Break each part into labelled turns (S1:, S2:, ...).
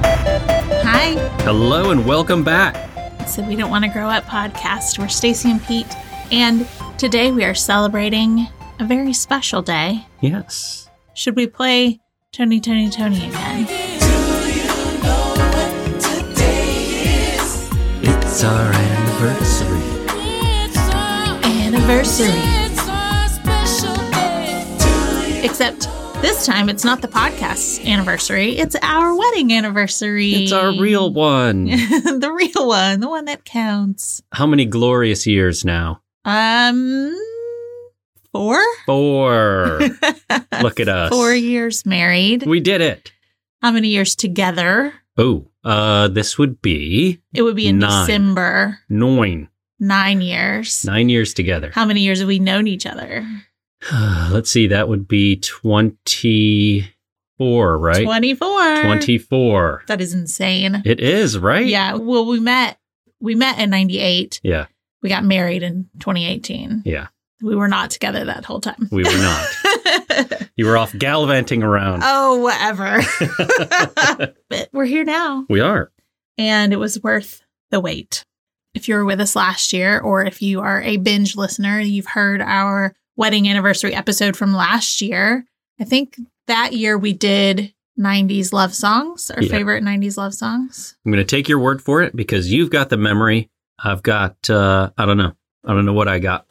S1: Hi.
S2: Hello and welcome back.
S1: It's the We Don't Want to Grow Up podcast. We're Stacy and Pete, and today we are celebrating a very special day.
S2: Yes.
S1: Should we play Tony, Tony, Tony again?
S2: It's our anniversary.
S1: Anniversary. Except this time it's not the podcast's anniversary, it's our wedding anniversary.
S2: It's our real one.
S1: the real one, the one that counts.
S2: How many glorious years now?
S1: Um, four?
S2: Four. Look at us.
S1: Four years married.
S2: We did it.
S1: How many years together?
S2: Oh, uh, this would be
S1: It would be in
S2: Nine.
S1: December.
S2: nine.
S1: Nine years.
S2: Nine years together.
S1: How many years have we known each other?
S2: Let's see. That would be 24, right?
S1: 24.
S2: 24.
S1: That is insane.
S2: It is, right?
S1: Yeah. Well, we met we met in 98.
S2: Yeah.
S1: We got married in 2018.
S2: Yeah.
S1: We were not together that whole time.
S2: We were not. you were off gallivanting around.
S1: oh, whatever. Oh. but we're here now.
S2: we are.
S1: and it was worth the wait. If you were with us last year, or if you are a binge listener, you've heard our wedding anniversary episode from last year. I think that year we did 90s love songs, our
S2: Yeah.
S1: favorite 90s love songs.
S2: I'm going to take your word for it because you've got the memory. I've got, uh, I don't know. I don't know what I got.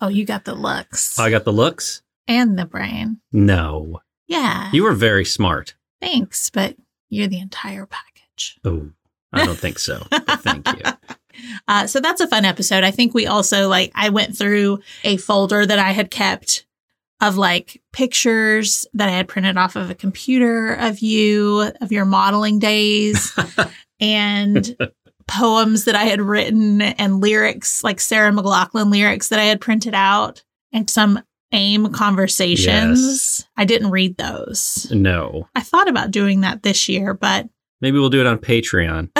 S1: Oh, you got the looks
S2: I got the looks?
S1: and the brain.
S2: No.
S1: Yeah.
S2: You were very smart.
S1: thanks, but you're the entire package.
S2: Oh, I don't think so. But thank you.
S1: Uh, so that's a fun episode. I think we also like I went through a folder that I had kept of like pictures that I had printed off of a computer of you of your modeling days and poems that I had written and lyrics like Sarah McLaughlin lyrics that I had printed out and some AIM conversations.
S2: Yes.
S1: I didn't read those.
S2: No.
S1: I thought about doing that this year, but
S2: Maybe we'll do it on Patreon.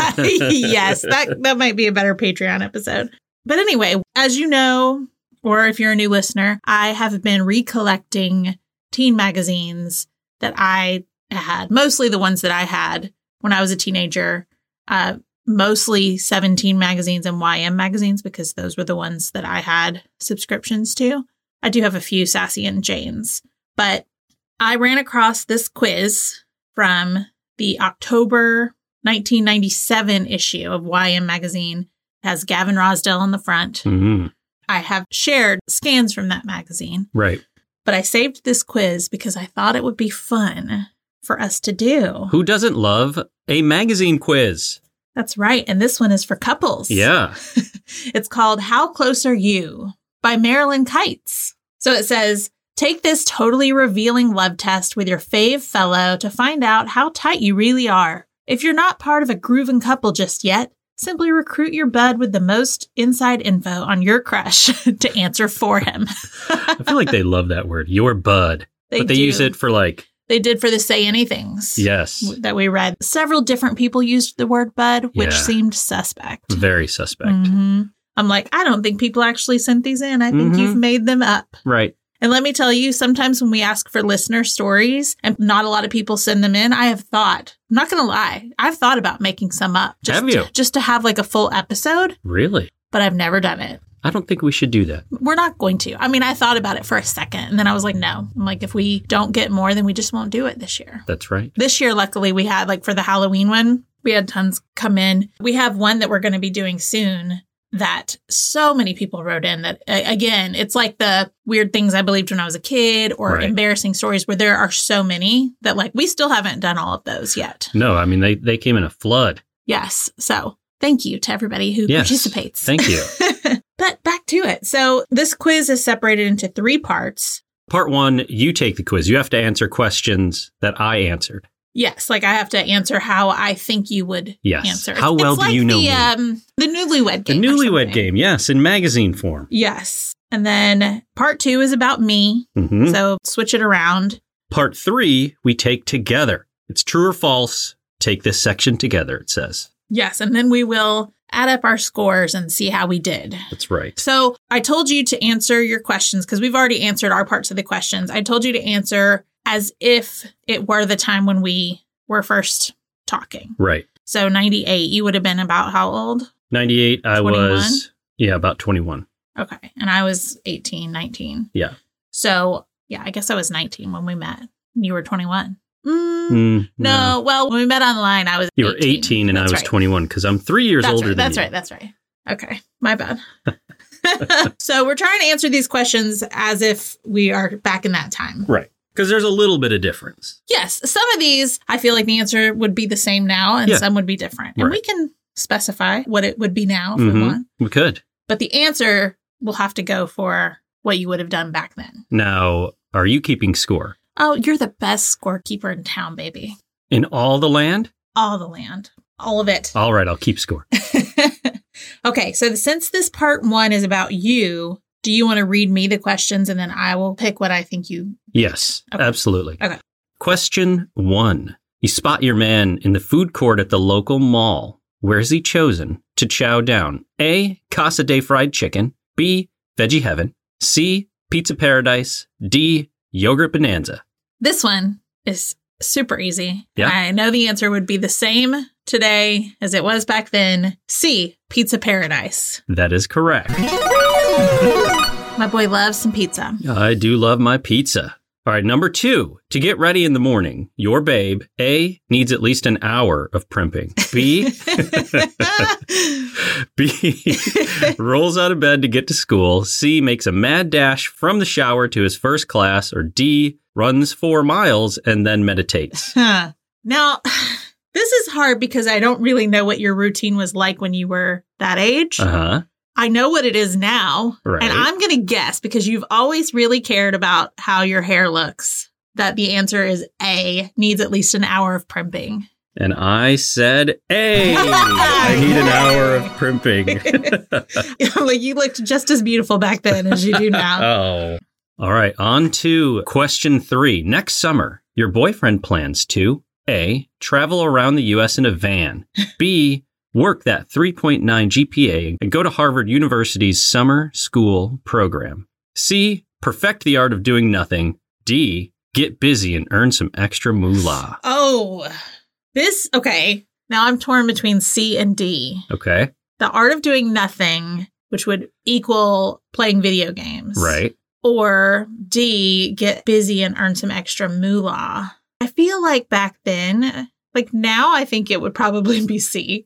S1: yes, that that might be a better Patreon episode. But anyway, as you know, or if you're a new listener, I have been recollecting teen magazines that I had, mostly the ones that I had when I was a teenager, uh, mostly 17 magazines and YM magazines because those were the ones that I had subscriptions to. I do have a few Sassy and Jane's, but I ran across this quiz from the October 1997 issue of YM magazine It has Gavin Rosdell on the front.
S2: Mhm.
S1: I have shared scans from that magazine,
S2: Right.
S1: but I saved this quiz because I thought it would be fun for us to do.
S2: Who doesn't love a magazine quiz?
S1: That's right, and this one is for couples.
S2: Yeah.
S1: It's called How Close Are You by Marilyn Kites. So it says, Take this totally revealing love test with your fave fellow to find out how tight you really are. If you're not part of a grooving couple just yet, simply recruit your bud with the most inside info on your crush to answer for him.
S2: I feel like they love that word, your bud. but they
S1: do.
S2: use it for like,
S1: They did for the say anythings.
S2: yes,
S1: That we read. Several different people used the word bud, which
S2: Yeah. Mm-hmm.
S1: seemed suspect.
S2: very suspect.
S1: Mhm. I'm like, I don't think people actually sent these in. I think
S2: Mhm.
S1: you've made them up.
S2: Right.
S1: And let me tell you, sometimes when we ask for listener stories and not a lot of people send them in, I have thought, I'm not going to lie, I've thought about making some up just,
S2: Have you?
S1: just to have like a full episode,
S2: Really?
S1: but I've never done it.
S2: I don't think we should do that.
S1: We're not going to. I mean, I thought about it for a second and then I was like, no. I'm like, if we don't get more, then we just won't do it this year.
S2: That's right.
S1: This year, luckily, we had like for the Halloween one, we had tons come in. We have one that we're going to be doing soon that so many people wrote in that a- again it's like the weird things i believed when i was a kid or
S2: Right.
S1: embarrassing stories where there are so many that like we still haven't done all of those yet
S2: No, I mean, they, they came in a flood.
S1: yes so thank you to everybody who
S2: Yes.
S1: participates
S2: Thank you.
S1: but back to it so this quiz is separated into three parts
S2: Part one, you take the quiz. You have to answer questions that I answered.
S1: Yes, like I have to answer how I think you would
S2: Yes.
S1: answer.
S2: How well do
S1: like
S2: you know
S1: the,
S2: me?
S1: Um, the newlywed
S2: The
S1: game. or
S2: newlywed
S1: something.
S2: game, yes, in magazine form.
S1: Yes. And then part two is about me.
S2: hmm
S1: So switch it around.
S2: Part three, we take together. It's true or false take this section together, it says.
S1: Yes, and then we will add up our scores and see how we did.
S2: That's right.
S1: So I told you to answer your questions because we've already answered our parts of the questions. I told you to answer as if it were the time when we were first talking.
S2: Right.
S1: So 98, you would have been about how old?
S2: 98, I was, yeah, about 21.
S1: Okay. And I was 18, 19.
S2: Yeah.
S1: So yeah, I guess I was 19 when we met. You were 21. Mm,
S2: Mm,
S1: no. well, when we met online, I was
S2: You were 18, and I
S1: That's
S2: was
S1: right.
S2: 21 because I'm three years
S1: that's
S2: older
S1: right,
S2: than
S1: that's
S2: you.
S1: right. That's right. Okay, my bad. so we're trying to answer these questions as if we are back in that time.
S2: Right. Because there's a little bit of difference.
S1: Yes, some of these I feel like the answer would be the same now, and
S2: Yeah.
S1: some would be different. And
S2: Right.
S1: we can specify what it would be now if we
S2: Mhm.
S1: want,
S2: We could.
S1: but the answer will have to go for what you would have done back then.
S2: Now, are you keeping score
S1: Oh, you're the best scorekeeper in town, baby.
S2: in all the land?
S1: All the land, all of it.
S2: All right, I'll keep score.
S1: okay, so since this part one is about you, do you want to read me the questions and then I will pick what I think you.
S2: Yes,
S1: Okay.
S2: absolutely.
S1: Okay.
S2: Question one You spot your man in the food court at the local mall. Where is he chosen to chow down? A. Casa de Fried Chicken. B. Veggie Heaven. C. Pizza Paradise. D. Yogurt Bonanza.
S1: This one is super easy.
S2: Yeah.
S1: I know the answer would be the same today as it was back then. C, Pizza Paradise.
S2: That is correct.
S1: My boy loves some pizza.
S2: I do love my pizza. All right, number two, to get ready in the morning, your babe, A, needs at least an hour of primping. B, B, rolls out of bed to get to school. C, makes a mad dash from the shower to his first class. Or D, runs four miles and then meditates.
S1: Huh. Now, this is hard because I don't really know what your routine was like when you were that age.
S2: Uh huh.
S1: I know what it is now.
S2: Right.
S1: And I'm going to guess because you've always really cared about how your hair looks that the answer is A, needs at least an hour of primping.
S2: And I said, A, I need an hour of primping.
S1: like you looked just as beautiful back then as you do now.
S2: Oh. All right, on to question three. Next summer, your boyfriend plans to A. Travel around the U.S. in a van. B. Work that 3.9 GPA and go to Harvard University's summer school program. C. Perfect the art of doing nothing. D. Get busy and earn some extra moolah.
S1: oh, this, okay. Now I'm torn between C and D.
S2: Okay,
S1: The art of doing nothing, which would equal playing video games.
S2: right.
S1: or D, get busy and earn some extra moolah. I feel like back then, like now, I think it would probably be C.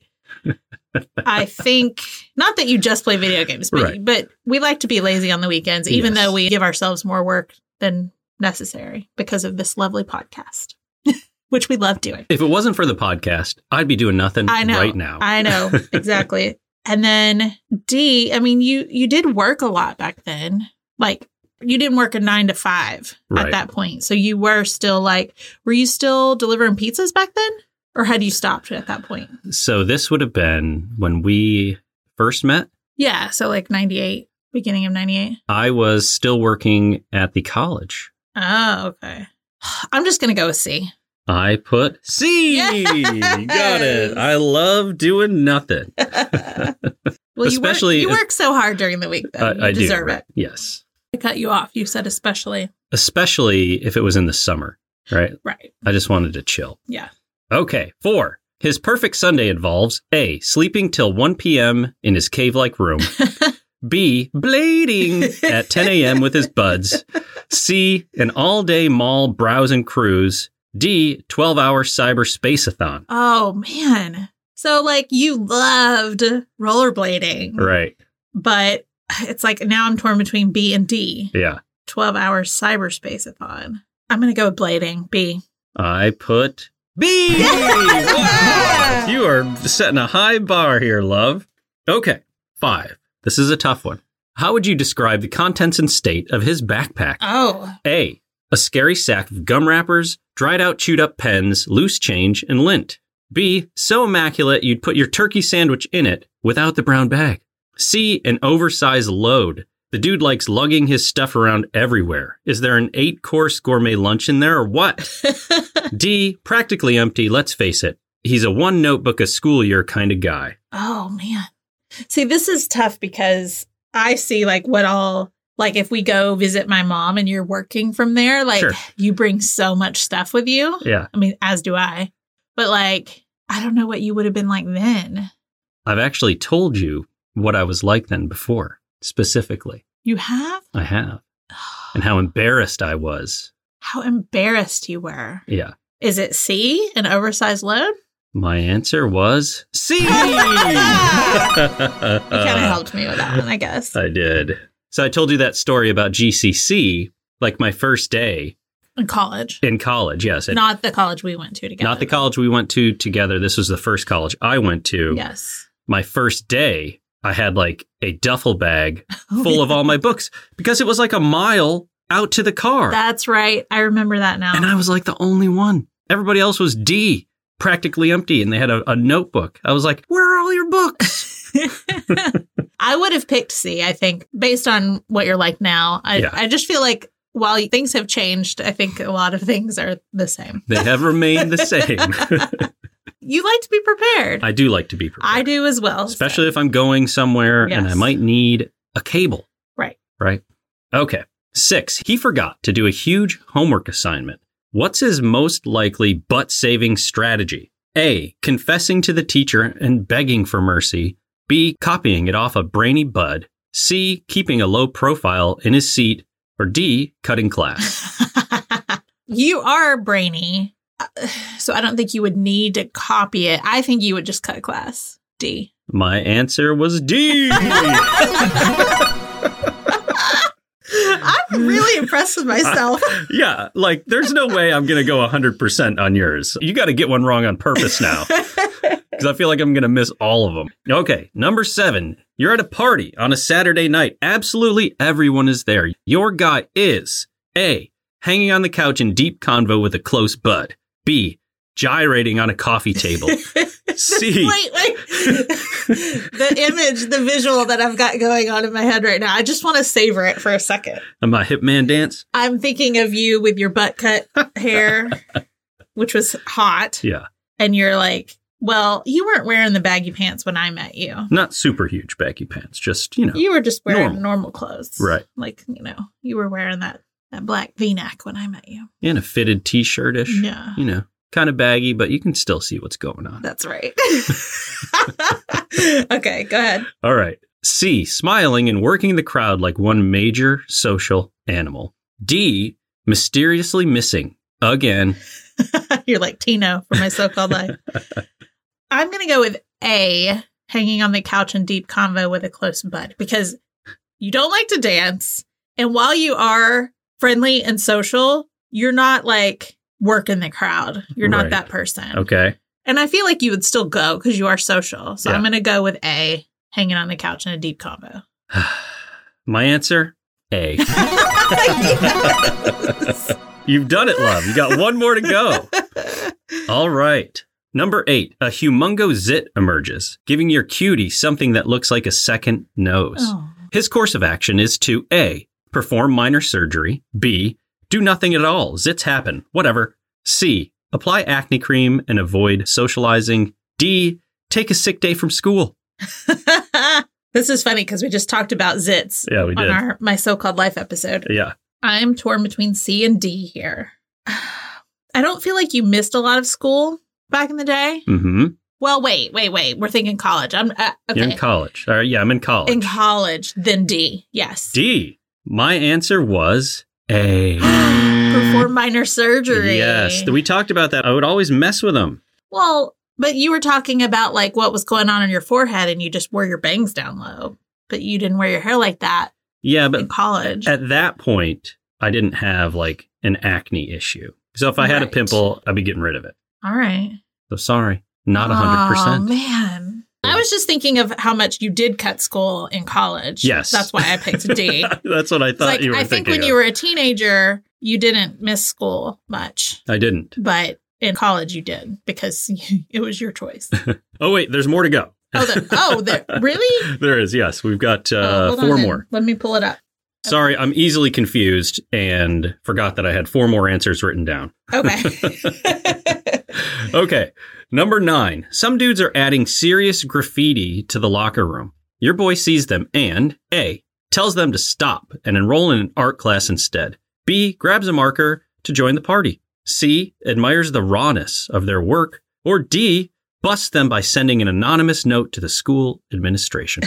S1: I think not that you just play video games, but,
S2: Right.
S1: but we like to be lazy on the weekends, even
S2: Yes.
S1: though we give ourselves more work than necessary because of this lovely podcast, which we love doing.
S2: If it wasn't for the podcast, I'd be doing nothing
S1: I know.
S2: right now.
S1: I know exactly. and then D, I mean, you you did work a lot back then. Like you didn't work a nine to five
S2: Right.
S1: at that point, so you were still like, were you still delivering pizzas back then, or had you stopped at that point?
S2: so this would have been when we first met.
S1: Yeah, so like ninety eight, beginning of ninety eight.
S2: I was still working at the college.
S1: Oh, okay. I'm just gonna go with C.
S2: I put C. Got
S1: Yes.
S2: it. I love doing nothing.
S1: well,
S2: Especially-
S1: you work, you work so hard during the week, though.
S2: I,
S1: Oh, you
S2: I do.
S1: deserve
S2: right?
S1: it.
S2: Yes.
S1: I cut you off. You said especially
S2: Especially if it was in the summer, right?
S1: right.
S2: I just wanted to chill.
S1: Yeah.
S2: Okay. Four. His perfect Sunday involves A. Sleeping till 1 p.m. in his cave like room. B. Blading at 10 a.m. with his buds. C. An all day mall browse and cruise. D. 12 hour cyber spaceathon.
S1: Oh man. So like you loved rollerblading,
S2: Right.
S1: but it's like now I'm torn between B and D.
S2: Yeah.
S1: 12 hours cyberspace athon. I'm going to go with blading, B.
S2: I put B. Wow. You are setting a high bar here, love. Okay, five. This is a tough one. How would you describe the contents and state of his backpack?
S1: Oh.
S2: A. A scary sack of gum wrappers, dried out, chewed up pens, loose change, and lint. B. So immaculate you'd put your turkey sandwich in it without the brown bag. C. An oversized load. The dude likes lugging his stuff around everywhere. Is there an eight course gourmet lunch in there or what? D, practically empty, let's face it. he's a one notebook a school year kind of guy.
S1: Oh man. See, this is tough because I see like what all like if we go visit my mom and you're working from there, like
S2: Sure.
S1: you bring so much stuff with you.
S2: Yeah.
S1: I mean, as do I. But like I don't know what you would have been like then.
S2: I've actually told you what I was like then before, specifically.
S1: You have?
S2: I have. And how embarrassed I was.
S1: How embarrassed you were.
S2: Yeah.
S1: Is it C, an oversized load?
S2: My answer was C. you
S1: You kind
S2: Uh,
S1: of helped me with that one, I guess.
S2: I did. So I told you that story about GCC, like my first day
S1: In college.
S2: in college. Yes. And
S1: Not the college we went to together.
S2: not the college we went to together. This was the first college I went to.
S1: Yes.
S2: My first day, I had like a duffel bag
S1: Oh,
S2: full of all my books because it was like a mile out to the car.
S1: That's right. I remember that now.
S2: and I was like the only one. Everybody else was D, practically empty, and they had a, a notebook. I was like, "Where are all your books?"
S1: I would have picked C, I think, based on what you're like now. I,
S2: Yeah.
S1: I just feel like while things have changed, I think a lot of things are the same.
S2: They have remained the same.
S1: You like to be prepared. I,
S2: I do like to be prepared,
S1: do as well.
S2: especially if I'm going somewhere and I
S1: Yes.
S2: might need a cable.
S1: Right.
S2: Right. Okay. Six. He forgot to do a huge homework assignment. What's his most likely butt saving strategy? A. Confessing to the teacher and begging for mercy. B. Copying it off a brainy bud. C. Keeping a low profile in his seat. Or D. Cutting class.
S1: you are brainy. Uh, So I don't think you would need to copy it. I think you would just cut class. D.
S2: My answer was D.
S1: I'm really impressed with myself.
S2: yeah, like there's no way I'm going to go 100% on yours. You got to get one wrong on purpose now. because I feel like I'm going to miss all of them. Okay, number seven. You're at a party on a Saturday night. Absolutely everyone is there. Your guy is A, hanging on the couch in deep convo with a close bud. B, gyrating on a coffee table. C,
S1: Wait, wait. the image, the visual that I've got going on in my head right now, I just want to savor it for a second.
S2: my hitman dance.
S1: I'm thinking of you with your butt cut hair, which was hot.
S2: Yeah,
S1: And you're like, well, you weren't wearing the baggy pants when I met you.
S2: not super huge baggy pants, just, you know.
S1: You were just wearing normal,
S2: Normal.
S1: clothes.
S2: Right.
S1: Like, you know, you were wearing that, that black v neck when I met you.
S2: in a fitted t shirt ish.
S1: Yeah.
S2: You know, kind of baggy, but you can still see what's going on.
S1: That's right. okay, go ahead.
S2: All right. C, smiling and working the crowd like one major social animal. D, mysteriously missing again.
S1: You're like Tino for my so called life. I'm going to go with A, hanging on the couch in deep convo with a close bud, because you don't like to dance. And while you are friendly and social, you're not like working the crowd. You're not
S2: Right.
S1: that person.
S2: Okay.
S1: And I feel like you would still go because you are social. So
S2: Yeah.
S1: I'm going to go with A, hanging on the couch in a deep convo.
S2: My answer, A. You've done it, love. You got one more to go. All right. Number eight, a humongo zit emerges, giving your cutie something that looks like a second nose.
S1: Oh.
S2: His course of action is to A. Perform minor surgery. B. Do nothing at all. Zits happen. Whatever. C. Apply acne cream and avoid socializing. D. Take a sick day from school.
S1: this is funny because we just talked about zits
S2: Yeah, we
S1: on our my so-called life episode.
S2: Uh-huh. yeah.
S1: I'm torn between C and D here. I don't feel like you missed a lot of school back in the day.
S2: Mm-hmm.
S1: Well, wait, wait, wait. We're thinking college. I'm uh, okay.
S2: You're in college. All right. Yeah, I'm in college.
S1: In college, then D. Yes.
S2: D. My answer was A.
S1: Perform minor surgery.
S2: Yes. We talked about that. I would always mess with them.
S1: Well, but you were talking about like what was going on in your forehead and you just wore your bangs down low, but you didn't wear your hair like that
S2: Yeah, but
S1: in college.
S2: at that point, I didn't have like an acne issue. So if I had a
S1: Right.
S2: pimple, I'd be getting rid of it.
S1: All right.
S2: So sorry, not
S1: Oh
S2: 100%.
S1: man. I was just thinking of how much you did cut school in college.
S2: Yes.
S1: That's why I picked D. It's
S2: That's what I thought
S1: like
S2: you were
S1: I think
S2: thinking.
S1: when
S2: of.
S1: you were a teenager, you didn't miss school much,
S2: I didn't.
S1: but in college you did because it was your choice.
S2: Oh, wait, there's more to go.
S1: Oh, the, oh, the, really?
S2: There is, yes. We've got uh,
S1: Oh, hold
S2: four
S1: on.
S2: more.
S1: Let me pull it up.
S2: Sorry, I'm easily confused and forgot that I had four more answers written down.
S1: Okay.
S2: Okay, number nine. Some dudes are adding serious graffiti to the locker room. Your boy sees them and A. Tells them to stop and enroll in an art class instead. B. Grabs a marker to join the party. C. Admires the rawness of their work. Or D. Busts them by sending an anonymous note to the school administration.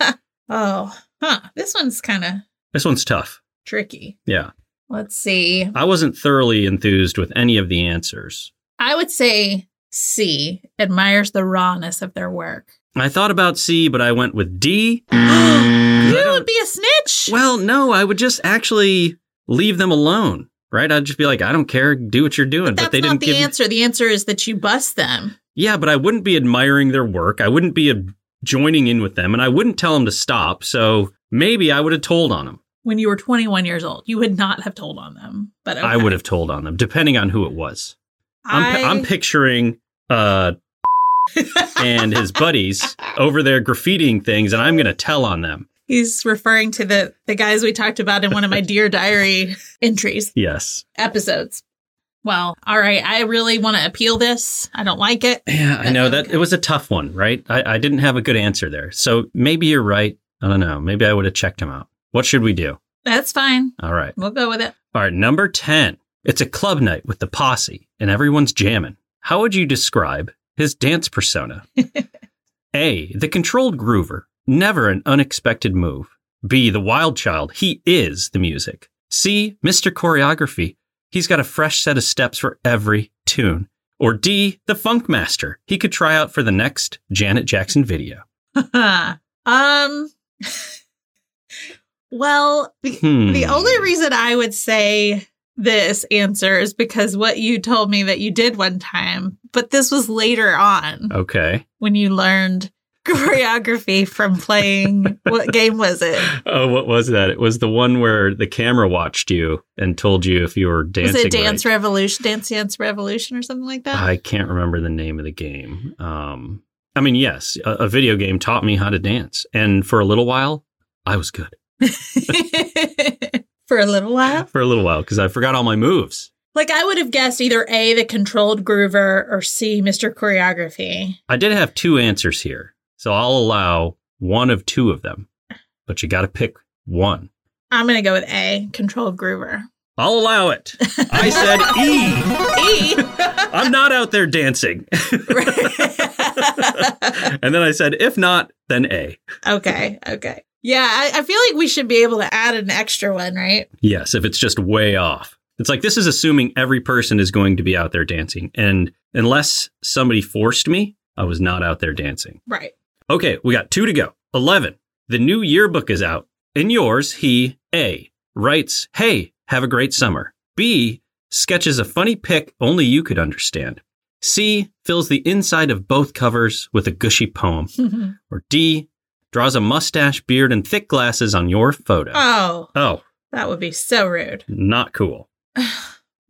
S1: oh, huh. This one's kind of
S2: this one's tough.
S1: tricky.
S2: Yeah.
S1: Let's see.
S2: I wasn't thoroughly enthused with any of the answers.
S1: I would say C admires the rawness of their work.
S2: I thought about C, but I went with D.
S1: you
S2: I
S1: would
S2: don't-
S1: be a snitch.
S2: Well, no, I would just actually leave them alone, right? I'd just be like, I don't care, do what you're doing. But,
S1: That's
S2: they
S1: not
S2: didn't
S1: the
S2: give. me-
S1: answer. The answer is that you bust them.
S2: yeah, but I wouldn't be admiring their work. I wouldn't be uh, joining in with them, and I wouldn't tell them to stop. So maybe I would have told on them.
S1: When you were 21 years old, you would not have told on them. But
S2: I would have told on them, depending on who it was. I'm, pi- I'm picturing uh and his buddies over there graffitiing things, and I'm going to tell on them.
S1: He's referring to the the guys we talked about in one of my Dear Diary entries
S2: Yes.
S1: episodes. Well, all right. I really want to appeal this. I don't like it.
S2: Yeah, I know that
S1: Okay.
S2: it was a tough one, right? I, I didn't have a good answer there. So maybe you're right. I don't know. Maybe I would have checked him out. What should we do?
S1: That's fine.
S2: All right.
S1: We'll go with it.
S2: All right. Number 10. It's a club night with the posse and everyone's jamming. How would you describe his dance persona? a. The controlled groover, never an unexpected move. B. The wild child, he is the music. C. Mr. Choreography, he's got a fresh set of steps for every tune. Or D. The funk master, he could try out for the next Janet Jackson video.
S1: um Well, the,
S2: Hmm.
S1: the only reason I would say this answer is because what you told me that you did one time, but this was later
S2: Oh.
S1: on
S2: Okay.
S1: when you learned choreography from playing what game was it?
S2: Oh, what was that? It was the one where the camera watched you and told you if you were dancing.
S1: was it Dance
S2: right.
S1: Revolution, Dance Dance Revolution, or something like that?
S2: I can't remember the name of the game. Um, I mean, yes, a, a video game taught me how to dance, and for a little while, I was good.
S1: For a little while,
S2: For a little while, because I forgot all my moves.
S1: like I would have guessed either A, the controlled groover, or C, Mr. Choreography.
S2: I did have two answers here, so I'll allow one of two of them, but you got to pick one.
S1: I'm gonna go with A, controlled groover.
S2: I'll allow it. I said E.
S1: E.
S2: I'm not out there dancing. and then I said, if not, then A.
S1: E. okay, okay. Yeah, I, I feel like we should be able to add an extra one, right?
S2: Yes, if it's just way off. It's like this is assuming every person is going to be out there dancing. And unless somebody forced me, I was not out there dancing.
S1: Right.
S2: Okay, we got two to go. 11. The new yearbook is out. In yours, he, A, writes, Hey, have a great summer. B, sketches a funny pic only you could understand. C, fills the inside of both covers with a gushy poem. Or D, draws a mustache, beard, and thick glasses on your photo.
S1: oh,
S2: oh,
S1: that would be so rude.
S2: not cool.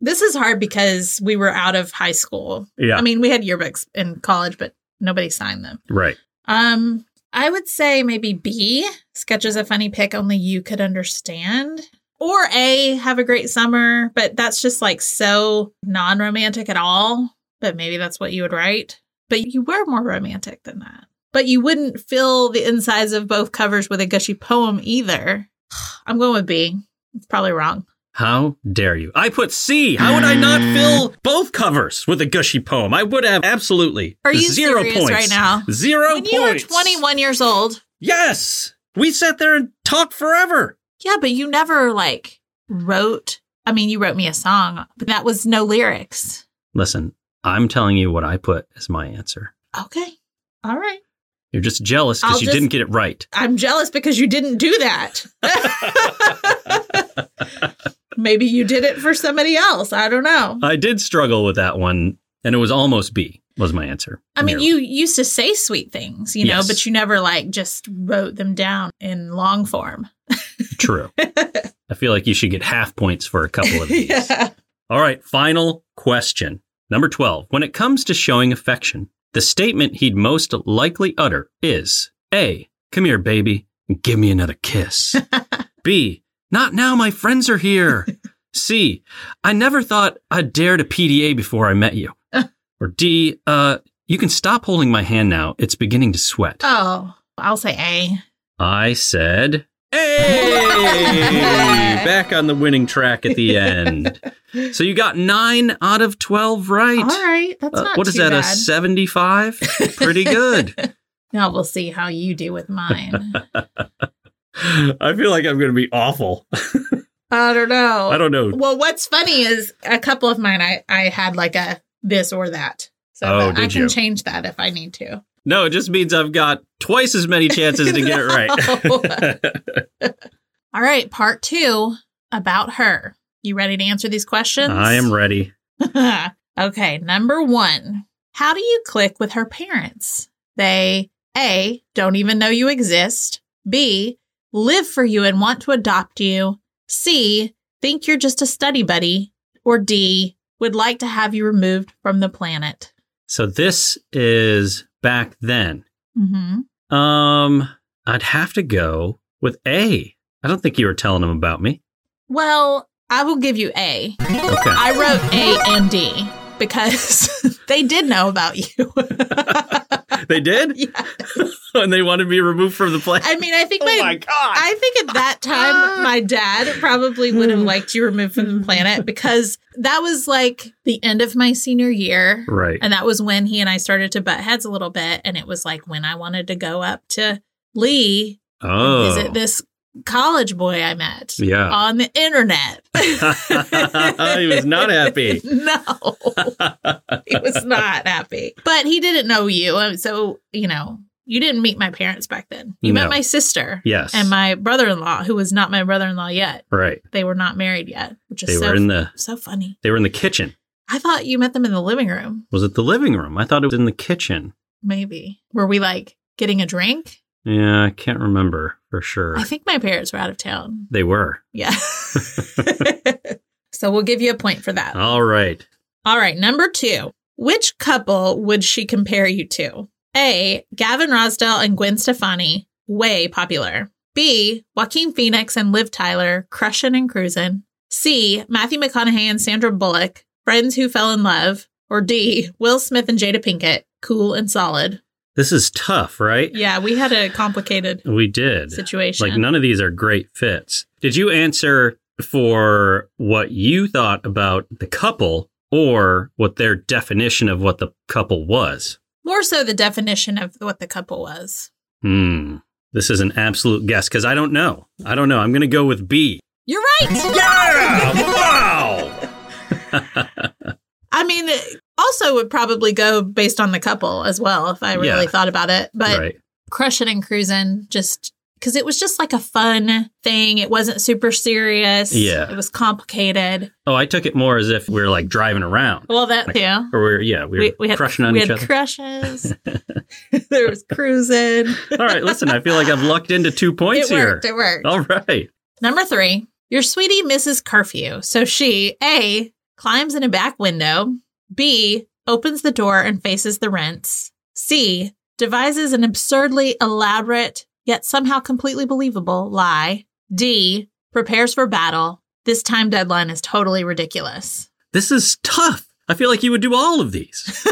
S1: This is hard because we were out of high school.
S2: Yeah.
S1: I mean, we had yearbooks in college, but nobody signed them.
S2: right.
S1: Um, I would say maybe B sketches a funny pic only you could understand, or A have a great summer, but that's just like so non romantic at all. But maybe that's what you would write. But you were more romantic than that. But you wouldn't fill the insides of both covers with a gushy poem either. I'm going with B. It's probably wrong.
S2: How dare you? I put C. How would I not fill both covers with a gushy poem? I would have absolutely.
S1: Are you
S2: zero
S1: serious
S2: points
S1: right now?
S2: Zero
S1: when
S2: points.
S1: you were 21 years old,
S2: Yes. We sat there and talked forever.
S1: yeah, but you never like wrote. I mean, you wrote me a song, but that was no lyrics.
S2: Listen, I'm telling you what I put as my answer.
S1: Okay. All right.
S2: You're just jealous
S1: I'll
S2: because you
S1: just-
S2: didn't get it right.
S1: I'm jealous because you didn't do that. Maybe you did it for somebody else. I don't know.
S2: I did struggle with that one, and it was almost B was my answer.
S1: I mean,
S2: Nearly.
S1: you used to say sweet things, you know,
S2: Yes.
S1: but you never like just wrote them down in long form.
S2: true. I feel like you should get half points for a couple of these. All right, final question. Number 12. When it comes to showing affection, the statement he'd most likely utter is A. Come here, baby, and give me another kiss. B. Not now, my friends are here. C. I never thought I'd dare to PDA before I met you. or D. Uh, you can stop holding my hand now. It's beginning to sweat.
S1: Oh, I'll say A.
S2: I said, Hey! Back on the winning track at the end. So you got nine out of 12 right.
S1: All right, that's
S2: Uh,
S1: not
S2: what is
S1: too
S2: that, a
S1: bad.
S2: 75? Pretty good.
S1: Now we'll see how you do with mine.
S2: I feel like I'm going to be awful.
S1: I don't know.
S2: I don't know.
S1: Well, what's funny is a couple of mine I I had like a this or that. So
S2: Oh,
S1: that I
S2: did
S1: can
S2: you?
S1: change that if I need to.
S2: No, it just means I've got twice as many chances to get it right.
S1: All right, part 2 about her. You ready to answer these questions?
S2: I am ready.
S1: okay, number one. How do you click with her parents? They A, don't even know you exist. B, live for you and want to adopt you. C, think you're just a study buddy. Or D, would like to have you removed from the planet.
S2: So this is back then.
S1: Mm-hmm.
S2: Um, I'd have to go with A. I don't think you were telling him about me.
S1: Well, I will give you A.
S2: Okay.
S1: I wrote A and D because they did know about you.
S2: They did?
S1: yeah.
S2: and they wanted me removed from the play.
S1: I mean, I think
S2: oh
S1: my,
S2: my god.
S1: I think at that time, my dad probably would have liked you removed from the planet because that was like the end of my senior year.
S2: right.
S1: And that was when he and I started to butt heads a little bit. And it was like when I wanted to go up to Lee
S2: Oh.
S1: visit this college boy I met
S2: yeah.
S1: on the internet.
S2: He was not happy.
S1: No, he was not happy. But he didn't know you. um, So, you know, you didn't meet my parents back then. You
S2: No.
S1: met my sister
S2: yes.
S1: and my brother in law, who was not my brother in law yet.
S2: right.
S1: They were not married yet, which is
S2: They
S1: so,
S2: were in the
S1: so funny.
S2: they were in the kitchen.
S1: I thought you met them in the living room,
S2: Was it the living room? I thought it was in the kitchen.
S1: maybe. Were we like getting a drink?
S2: Yeah, I can't remember for sure.
S1: I think my parents were out of town.
S2: they were.
S1: Yeah. so we'll give you a point for that.
S2: All right.
S1: All right, number two. Which couple would she compare you to? A. Gavin Rosdell and Gwen Stefani, way popular. B. Joaquin Phoenix and Liv Tyler, crushin' and cruisin'. C. Matthew McConaughey and Sandra Bullock, friends who fell in love. Or D. Will Smith and Jada Pinkett, cool and solid.
S2: This is tough, right?
S1: Yeah, we had a complicated
S2: We did.
S1: situation.
S2: Like none of these are great fits. Did you answer for what you thought about the couple or what their definition of what the couple was?
S1: More so the definition of what the couple was.
S2: Hmm. This is an absolute guess because I don't know. I don't know. I'm going to go with B.
S1: You're right.
S2: wow.
S1: I mean, it also would probably go based on the couple as well if I really
S2: Yeah.
S1: thought about it. But
S2: right.
S1: crushing and cruising, just because it was just like a fun thing. It wasn't super serious.
S2: Yeah.
S1: it was complicated.
S2: Oh, I took it more as if we are like driving around.
S1: Well, that yeah,
S2: Or we're, yeah, we were
S1: we, we had
S2: crushing on
S1: we
S2: each
S1: had
S2: other.
S1: crushes. there was cruising.
S2: All right, listen, I feel like I've lucked into two points
S1: it
S2: here.
S1: worked. It worked.
S2: All right.
S1: Number three, your sweetie misses curfew. So she, A, climbs in a back window, B, opens the door and faces the rents, C, devises an absurdly elaborate, yet somehow completely believable lie, D, prepares for battle. This time deadline is totally ridiculous.
S2: This is tough. I feel like you would do all of these.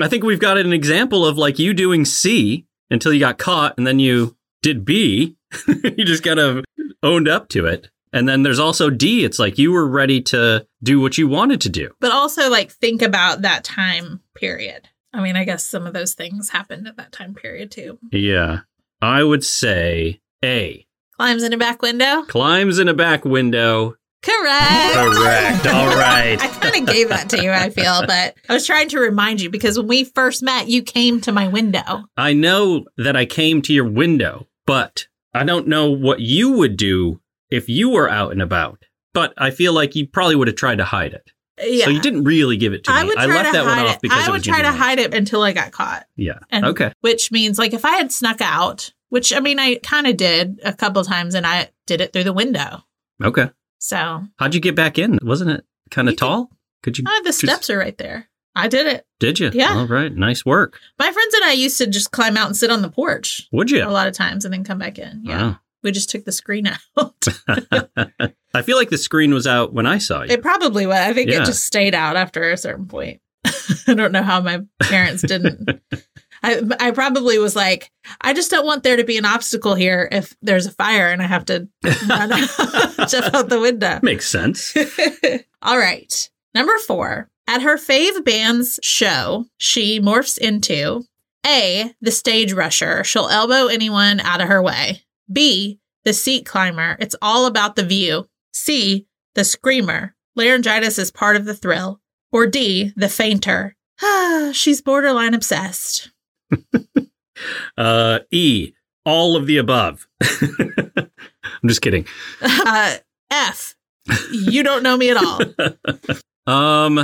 S2: I think we've got an example of like you doing C until you got caught and then you did B. you just kind of owned up to it. And then there's also D. It's like you were ready to do what you wanted to do.
S1: But also, like, think about that time period. I mean, I guess some of those things happened at that time period too.
S2: Yeah. I would say A.
S1: Climbs in a back window.
S2: Climbs in a back window.
S1: Correct.
S2: Correct. All right.
S1: I kind of gave that to you, I feel, but I was trying to remind you because when we first met, you came to my window.
S2: I know that I came to your window, but I don't know what you would do if you were out and about. But I feel like you probably would have tried to hide it.
S1: Yeah.
S2: So you didn't really give it to
S1: I
S2: me.
S1: would
S2: I
S1: try
S2: left
S1: to
S2: that one
S1: hide
S2: off
S1: it.
S2: because
S1: I
S2: it
S1: would
S2: was
S1: try to
S2: giving away.
S1: hide it until I got caught,
S2: Yeah.
S1: And-
S2: okay.
S1: which means like if I had snuck out, which I mean I kind of did a couple times and I did it through the window.
S2: Okay.
S1: So
S2: Howd you get back in? Wasn't it kind
S1: You
S2: of
S1: could-
S2: tall? Could you?
S1: ah, the steps are right there. I did it.
S2: Did you?
S1: Yeah.
S2: All right. Nice work.
S1: My friends and I used to just climb out and sit on the porch
S2: Would
S1: a
S2: you?
S1: lot of times and then come back in. Oh, Yeah.
S2: Wow.
S1: We just took the screen out.
S2: I feel like the screen was out when I saw you.
S1: it probably was. I think
S2: Yeah.
S1: it just stayed out after a certain point. I don't know how my parents didn't. I, I probably was like, I just don't want there to be an obstacle here if there's a fire and I have to run out, jump out the window.
S2: Makes sense.
S1: All right. Number four. At her fave band's show, she morphs into A, the stage rusher. She'll elbow anyone out of her way. B, the seat climber. It's all about the view. C, the screamer. Laryngitis is part of the thrill. Or D, the fainter. She's borderline obsessed.
S2: Uh, e, all of the above. I'm just kidding.
S1: Uh, F, you don't know me at all.
S2: Um,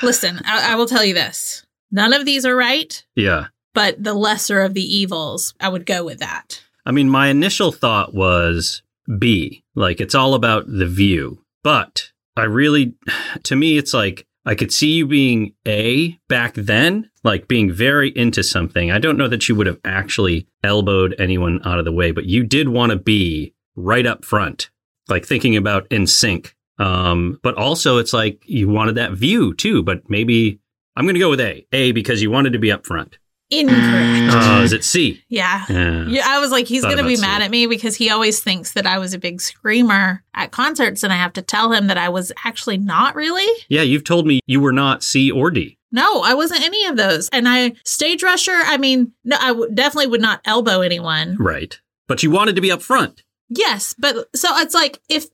S1: Listen, I, I will tell you this none of these are right.
S2: yeah.
S1: but the lesser of the evils, I would go with that.
S2: I mean, my initial thought was B, like it's all about the view. But I really, to me, it's like I could see you being A back then, like being very into something. I don't know that you would have actually elbowed anyone out of the way, but you did want to be right up front, like thinking about in sync. Um, but also, it's like you wanted that view too, but maybe I'm going to go with A, A because you wanted to be up front.
S1: Incorrect.
S2: Uh, is it C?
S1: yeah.
S2: Yeah.
S1: Yeah, I was like, he's
S2: Thought
S1: going to be
S2: about
S1: mad
S2: Sid.
S1: at me because he always thinks that I was a big screamer at concerts, and I have to tell him that I was actually not really.
S2: Yeah, you've told me you were not C or D.
S1: No, I wasn't any of those. And I stage rusher. I mean, no, I w- definitely would not elbow anyone.
S2: Right. But you wanted to be up front.
S1: Yes, but so it's like if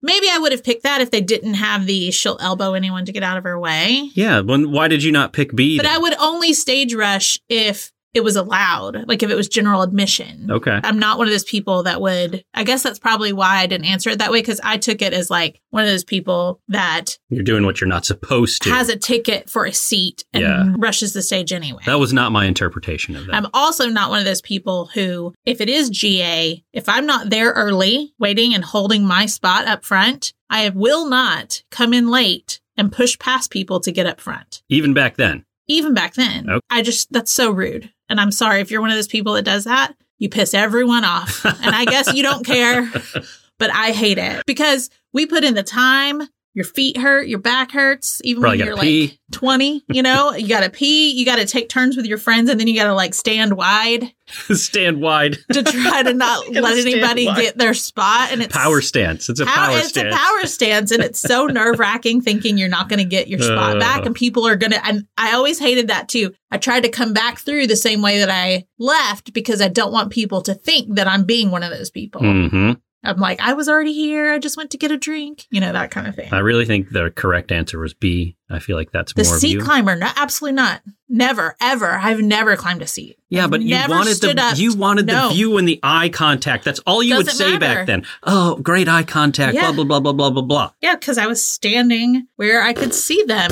S1: maybe I would have picked that if they didn't have the she'll elbow anyone to get out of her way.
S2: Yeah. When, why did you not pick B?
S1: But
S2: then?
S1: I would only stage rush if it was allowed, like if it was general admission.
S2: okay.
S1: I'm not one of those people that would, I guess that's probably why I didn't answer it that way because I took it as like one of those people that
S2: You're doing what you're not supposed to.
S1: has a ticket for a seat and
S2: Yeah.
S1: rushes the stage anyway.
S2: that was not my interpretation of that.
S1: I'm also not one of those people who, if it is GA, if I'm not there early, waiting and holding my spot up front, I will not come in late and push past people to get up front.
S2: Even back then.
S1: even back then.
S2: Okay.
S1: I just that's so rude. And I'm sorry if you're one of those people that does that. You piss everyone off. And I guess you don't care, but I hate it because we put in the time. Your feet hurt, your back hurts, even
S2: Probably
S1: when
S2: gotta
S1: you're like
S2: pee.
S1: 20, you know, you got to pee, you got to take turns with your friends and then you got to like stand wide
S2: stand wide.
S1: to try to not
S2: You gotta
S1: let
S2: stand
S1: anybody
S2: wide.
S1: get their spot and it's
S2: Power stance. It's a
S1: how-
S2: power
S1: it's
S2: stance.
S1: a power stance, and it's so nerve wracking thinking you're not going to get your spot
S2: Uh.
S1: back, and people are going to. And I always hated that too. I tried to come back through the same way that I left because I don't want people to think that I'm being one of those people.
S2: mm-hmm.
S1: I'm like, I was already here. I just went to get a drink, you know, that kind of thing.
S2: I really think the correct answer was B. I feel like that's
S1: the
S2: more of
S1: seat
S2: you.
S1: climber, no, absolutely not. Never, ever. I've never climbed a seat.
S2: yeah, but you
S1: never
S2: wanted
S1: stood
S2: the
S1: up.
S2: you wanted
S1: No.
S2: the view and the eye contact. That's all you would
S1: Doesn't
S2: say
S1: matter.
S2: back then. Oh, great eye contact.
S1: Yeah.
S2: Blah blah blah blah blah blah blah.
S1: Yeah, because I was standing where I could see them.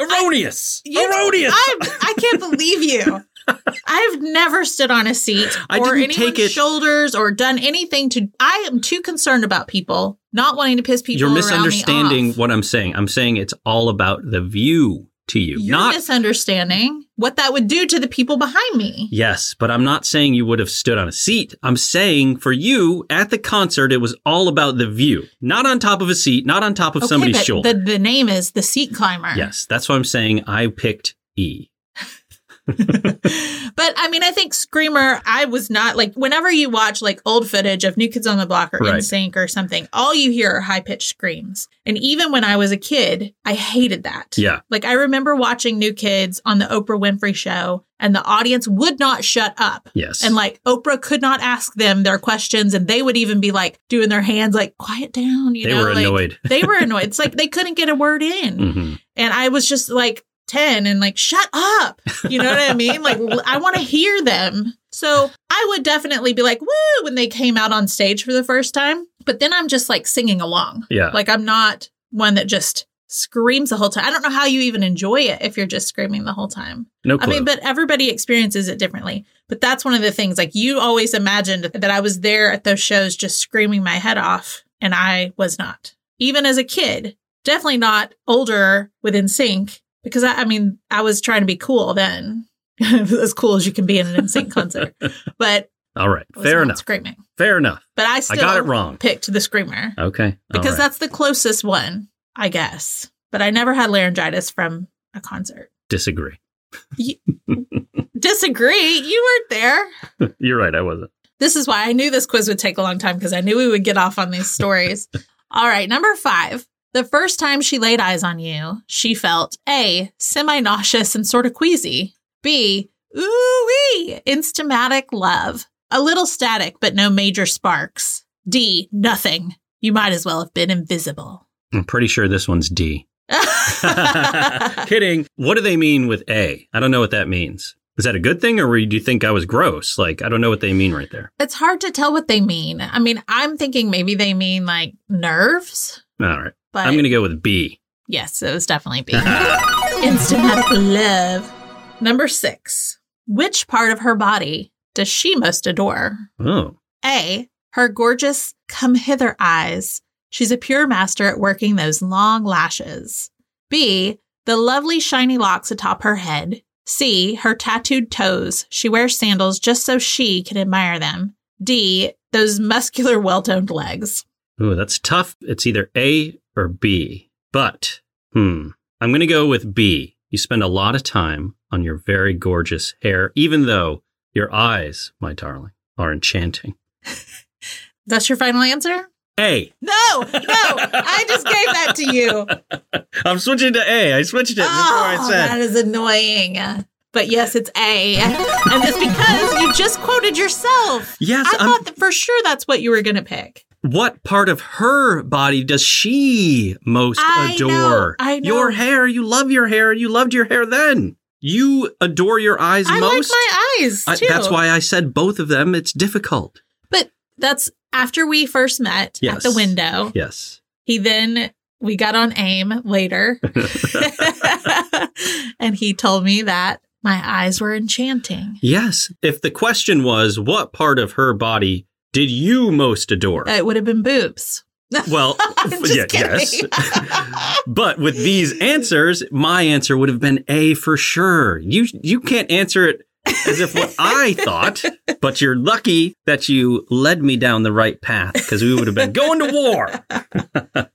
S2: Erroneous.
S1: You-
S2: Erroneous.
S1: I, I can't believe you. I've never stood on a seat
S2: I
S1: or anyone's
S2: didn't take it-
S1: shoulders or done anything to. I am too concerned about people not wanting to piss people.
S2: You're
S1: around me
S2: misunderstanding
S1: off.
S2: what I'm saying. I'm saying it's all about the view to you.
S1: You're
S2: not
S1: misunderstanding what that would do to the people behind me.
S2: Yes, but I'm not saying you would have stood on a seat. I'm saying for you at the concert it was all about the view. Not on top of a seat, not on top of somebody's
S1: but
S2: shoulder.
S1: The, the name is the seat climber.
S2: yes, that's why I'm saying I picked E.
S1: but I mean, I think Screamer, I was not like, whenever you watch like old footage of New Kids on the Block or
S2: Right.
S1: In Sync or something, all you hear are high pitched screams. And even when I was a kid, I hated that.
S2: Yeah.
S1: Like I remember watching New Kids on the Oprah Winfrey show and the audience would not shut up.
S2: Yes.
S1: And like Oprah could not ask them their questions and they would even be like doing their hands like quiet down, you
S2: they
S1: know.
S2: were
S1: like,
S2: annoyed.
S1: They were annoyed. It's like they couldn't get a word in.
S2: hmm
S1: And I was just like 10 and like, shut up. You know what I mean? Like, l- I want to hear them. So I would definitely be like, woo, when they came out on stage for the first time. But then I'm just like singing along.
S2: Yeah.
S1: Like, I'm not one that just screams the whole time. I don't know how you even enjoy it if you're just screaming the whole time.
S2: no
S1: I
S2: clue.
S1: mean, but everybody experiences it differently. But that's one of the things. Like, you always imagined that I was there at those shows just screaming my head off, and I was not. Even as a kid, definitely not older within sync, because I, I mean, I was trying to be cool then, as cool as you can be in an NSYNC concert. But
S2: All right.
S1: It was
S2: Fair
S1: not
S2: enough.
S1: Screaming.
S2: Fair enough.
S1: But I
S2: I
S1: still
S2: got it wrong.
S1: picked the screamer
S2: Okay. All
S1: because
S2: right.
S1: that's the closest one, I guess. But I never had laryngitis from a concert.
S2: disagree.
S1: Disagree. You weren't there.
S2: You're right. I wasn't.
S1: This is why I knew this quiz would take a long time because I knew we would get off on these stories. All right, number five. The first time she laid eyes on you, she felt A, semi nauseous and sort of queasy, B, ooh wee, instamatic love, a little static, but no major sparks, D, nothing. You might as well have been invisible.
S2: I'm pretty sure this one's D. Kidding. What do they mean with A? I don't know what that means. Is that a good thing or were you- do you think I was gross? Like, I don't know what they mean right there.
S1: it's hard to tell what they mean. I mean, I'm thinking maybe they mean like nerves,
S2: All right.
S1: but
S2: I'm going to go with B.
S1: yes, it was definitely B. Instamatic love. Number six. Which part of her body does she most adore?
S2: Oh,
S1: A. Her gorgeous come hither eyes. She's a pure master at working those long lashes. B. The lovely shiny locks atop her head. C. Her tattooed toes. She wears sandals just so she can admire them. D. Those muscular, well toned legs.
S2: Ooh, that's tough. It's either A or B. But, hmm, I'm going to go with B. You spend a lot of time on your very gorgeous hair, even though your eyes, my darling, are enchanting.
S1: That's your final answer?
S2: A.
S1: No, no, I just gave that to you.
S2: I'm switching to A. I switched it before I
S1: Oh,
S2: said.
S1: That is annoying. But yes, it's A. And it's because you just quoted yourself.
S2: Yes,
S1: I
S2: I'm-
S1: thought that for sure that's what you were going to pick.
S2: What part of her body does she most
S1: I
S2: adore?
S1: know, I know.
S2: Your hair. You love your hair. You loved your hair then. You adore your eyes
S1: I like
S2: most.
S1: my eyes
S2: I-
S1: too.
S2: that's why I said both of them. It's difficult.
S1: But that's after we first met at
S2: Yes.
S1: the window.
S2: Yes.
S1: He then, we got on AIM later. and he told me that my eyes were enchanting.
S2: Yes. If the question was, what part of her body did you most adore?
S1: Uh, It would have been boobs.
S2: well,
S1: I'm just
S2: yeah, yes.
S1: kidding.
S2: but with these answers, my answer would have been A for sure. You you can't answer it as if what I thought, but you're lucky that you led me down the right path because we would have been going to war.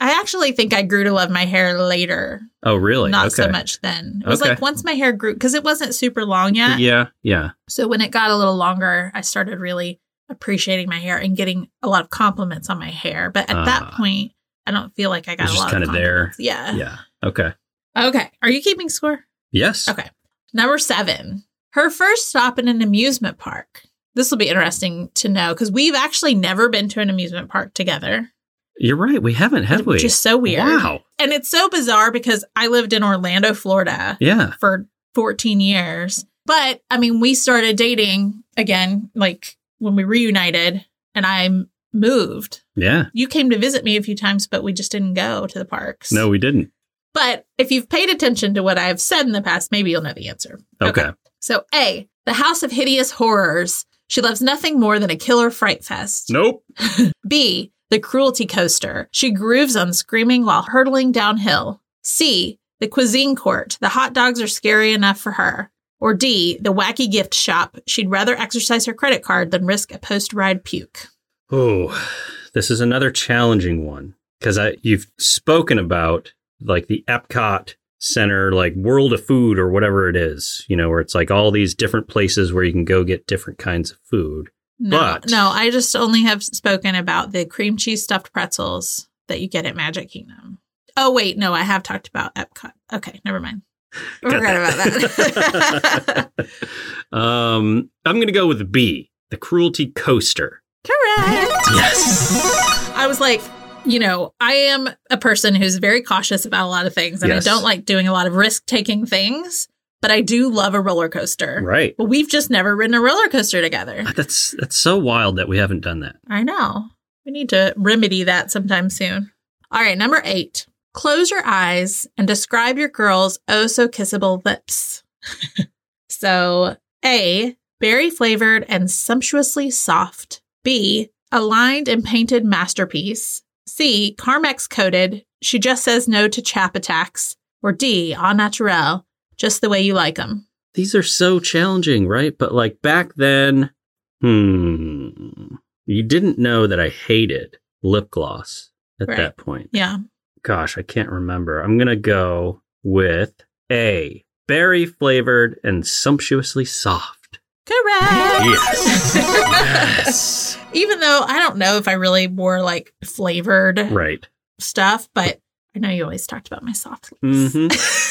S1: I actually think I grew to love my hair later
S2: Oh, really?
S1: not
S2: okay.
S1: so much then. It was
S2: Okay.
S1: like once my hair grew because it wasn't super long yet.
S2: Yeah, yeah.
S1: So when it got a little longer, I started really appreciating my hair and getting a lot of compliments on my hair. But at that
S2: Ah.
S1: point, I don't feel like I got
S2: It's
S1: a
S2: just
S1: lot
S2: kinda
S1: of
S2: there.
S1: compliments. Yeah.
S2: Yeah. Okay.
S1: Okay. Are you keeping score?
S2: Yes.
S1: Okay. Number seven. Her first stop in an amusement park. This will be interesting to know because we've actually never been to an amusement park together,
S2: You're right. We haven't, have we?
S1: which is so weird.
S2: Wow.
S1: And it's so bizarre because I lived in Orlando, Florida.
S2: Yeah.
S1: for 14 years. But I mean, we started dating again, like when we reunited and I m- moved.
S2: Yeah.
S1: You came to visit me a few times, but we just didn't go to the parks.
S2: No, we didn't.
S1: But if you've paid attention to what I've said in the past, maybe you'll know the answer.
S2: Okay.
S1: So, A, the House of Hideous Horrors. She loves nothing more than a killer fright fest.
S2: Nope.
S1: B, the cruelty coaster. She grooves on screaming while hurtling downhill. C, the cuisine court. The hot dogs are scary enough for her. Or D, the wacky gift shop. She'd rather exercise her credit card than risk a post ride puke.
S2: Oh, this is another challenging one because I you've spoken about like the Epcot Center, like World of Food or whatever it is, you know, where it's like all these different places where you can go get different kinds of food.
S1: No,
S2: But-
S1: no, I just only have spoken about the cream cheese stuffed pretzels that you get at Magic Kingdom. Oh, wait, no, I have talked about Epcot. Okay, never mind. I
S2: Got
S1: Forgot about that.
S2: that. um, I'm going to go with B, the cruelty coaster.
S1: Correct.
S2: Yes.
S1: I was like, you know, I am a person who's very cautious about a lot of things and
S2: Yes.
S1: I don't like doing a lot of risk taking things, but I do love a roller coaster.
S2: Right.
S1: But we've just never ridden a roller coaster together.
S2: That's that's so wild that we haven't done that.
S1: I know. We need to remedy that sometime soon. All right, number eight. Close your eyes and describe your girl's oh so kissable lips. so, A, berry flavored and sumptuously soft. B, a lined and painted masterpiece. C, Carmex coated. She just says no to chap attacks. Or D, au naturel, just the way you like them.
S2: These are so challenging, right? But like back then, Hmm. You didn't know that I hated lip gloss at
S1: Right.
S2: that point.
S1: Yeah.
S2: Gosh, I can't remember. I'm going to go with A, berry flavored and sumptuously soft.
S1: Correct.
S2: Yes. yes.
S1: Even though I don't know if I really wore like flavored
S2: Right.
S1: stuff, but I know you always talked about my soft lips.
S2: hmm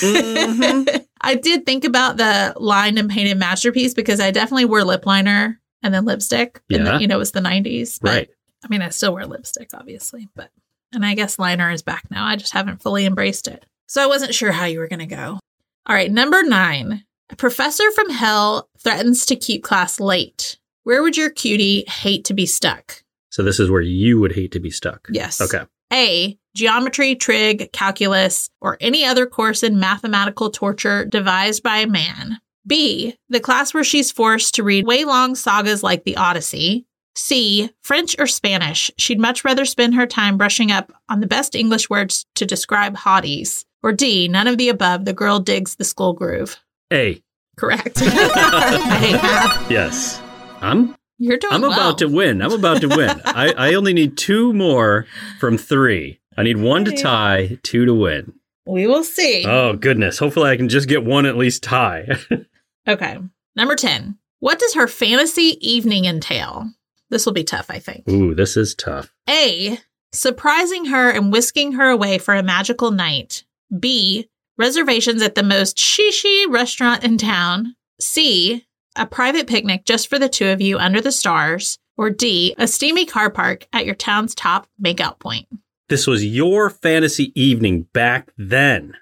S2: Mhm.
S1: I did think about the lined and painted masterpiece because I definitely wore lip liner and then lipstick. And
S2: Yeah.
S1: then, you know, it was the 90s. But,
S2: Right.
S1: I mean, I still wear lipstick, obviously, but, and I guess liner is back now. I just haven't fully embraced it. So I wasn't sure how you were going to go. All right. Number nine a professor from hell threatens to keep class late. Where would your cutie hate to be stuck?
S2: So this is where you would hate to be stuck.
S1: Yes.
S2: Okay.
S1: A. Geometry, trig, calculus, or any other course in mathematical torture devised by man. B. The class where she's forced to read way long sagas like the Odyssey. C. French or Spanish. She'd much rather spend her time brushing up on the best English words to describe hotties. Or D. None of the above. The girl digs the school groove.
S2: A.
S1: Correct. I hate math.
S2: Yes. I'm
S1: You're doing
S2: I'm
S1: well.
S2: about to win. I'm about to win. I, I only need two more from three. I need one to
S1: Okay.
S2: tie, two to win.
S1: We will see.
S2: Oh goodness. Hopefully I can just get one at least tie.
S1: Okay. Number 10. What does her fantasy evening entail? This will be tough, I think.
S2: Ooh, this is tough.
S1: A. Surprising her and whisking her away for a magical night. B. Reservations at the most shishi restaurant in town. C. A private picnic just for the two of you under the stars. Or D. A steamy car park at your town's top makeout point.
S2: This was your fantasy evening back then.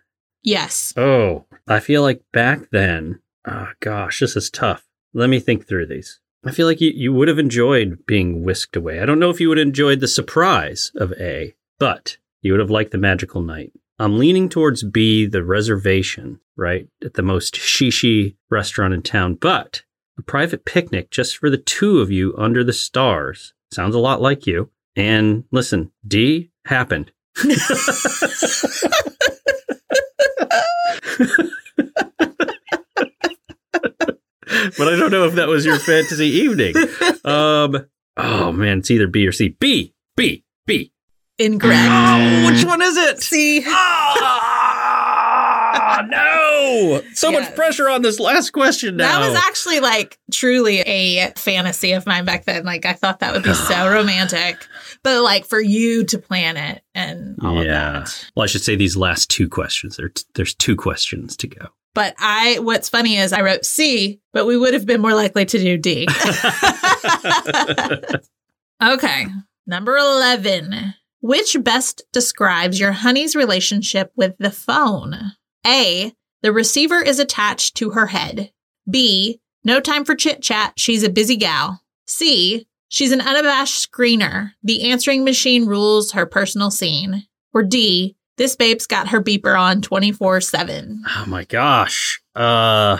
S1: Yes.
S2: Oh, I feel like back then. Oh gosh, this is tough. Let me think through these. I feel like you, you would have enjoyed being whisked away. I don't know if you would have enjoyed the surprise of A, but you would have liked the magical night. I'm leaning towards B, the reservation, right? At the most shishi restaurant in town, but a private picnic just for the two of you under the stars. Sounds a lot like you. And listen, D happened. but I don't know if that was your fantasy evening. Um, oh man, it's either B or C. B, B, B.
S1: Incorrect.
S2: Oh, which one is it?
S1: C.
S2: Ah, no! So much
S1: Yes.
S2: pressure on this last question now.
S1: That was actually like truly a fantasy of mine back then. Like I thought that would be so romantic, but like for you to plan it and all
S2: Yeah.
S1: of that.
S2: well, I should say these last two questions. There, there's two questions to go.
S1: But I, what's funny is I wrote C, but we would have been more likely to do D. okay, number eleven. Which best describes your honey's relationship with the phone? A. The receiver is attached to her head. B. No time for chit chat. She's a busy gal. C. She's an unabashed screener. The answering machine rules her personal scene. Or D. This babe's got her beeper on 24 7.
S2: Oh my gosh. Uh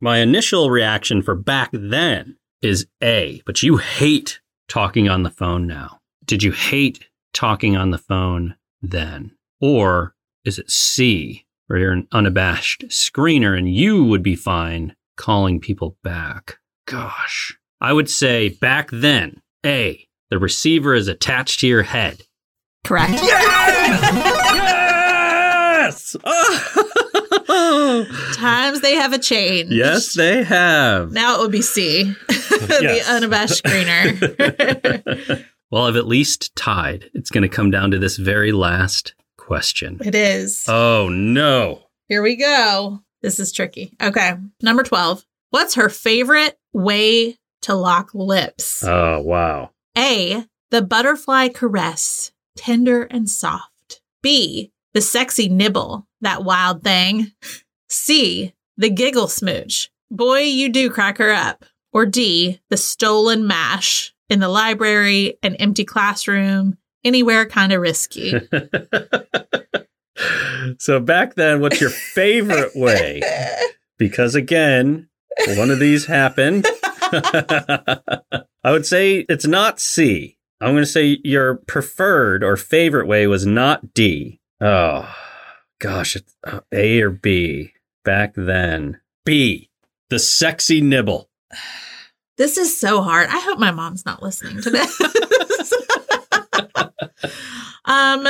S2: my initial reaction for back then is A, but you hate talking on the phone now. Did you hate talking on the phone then? Or is it C, where you're an unabashed screener and you would be fine calling people back? Gosh. I would say back then, A, the receiver is attached to your head.
S1: Correct.
S2: Yes! yes!
S1: Times they have a change.
S2: Yes, they have.
S1: Now it would be C. the
S2: Yes.
S1: unabashed screener.
S2: well, I've at least tied. It's going to come down to this very last question.
S1: it is.
S2: Oh, no.
S1: Here we go. This is tricky. Okay. Number 12. What's her favorite way to lock lips?
S2: Oh, wow.
S1: A. The butterfly caress, tender and soft. B. The sexy nibble, that wild thing. C. The giggle smooch. Boy, you do crack her up. Or D. The stolen mash in the library, an empty classroom, anywhere kind of risky.
S2: so, back then, what's your favorite way? Because again, one of these happened. I would say it's not C. I'm going to say your preferred or favorite way was not D. Oh, gosh. It's uh, A or B back then. B, the sexy nibble.
S1: This is so hard. I hope my mom's not listening to this. um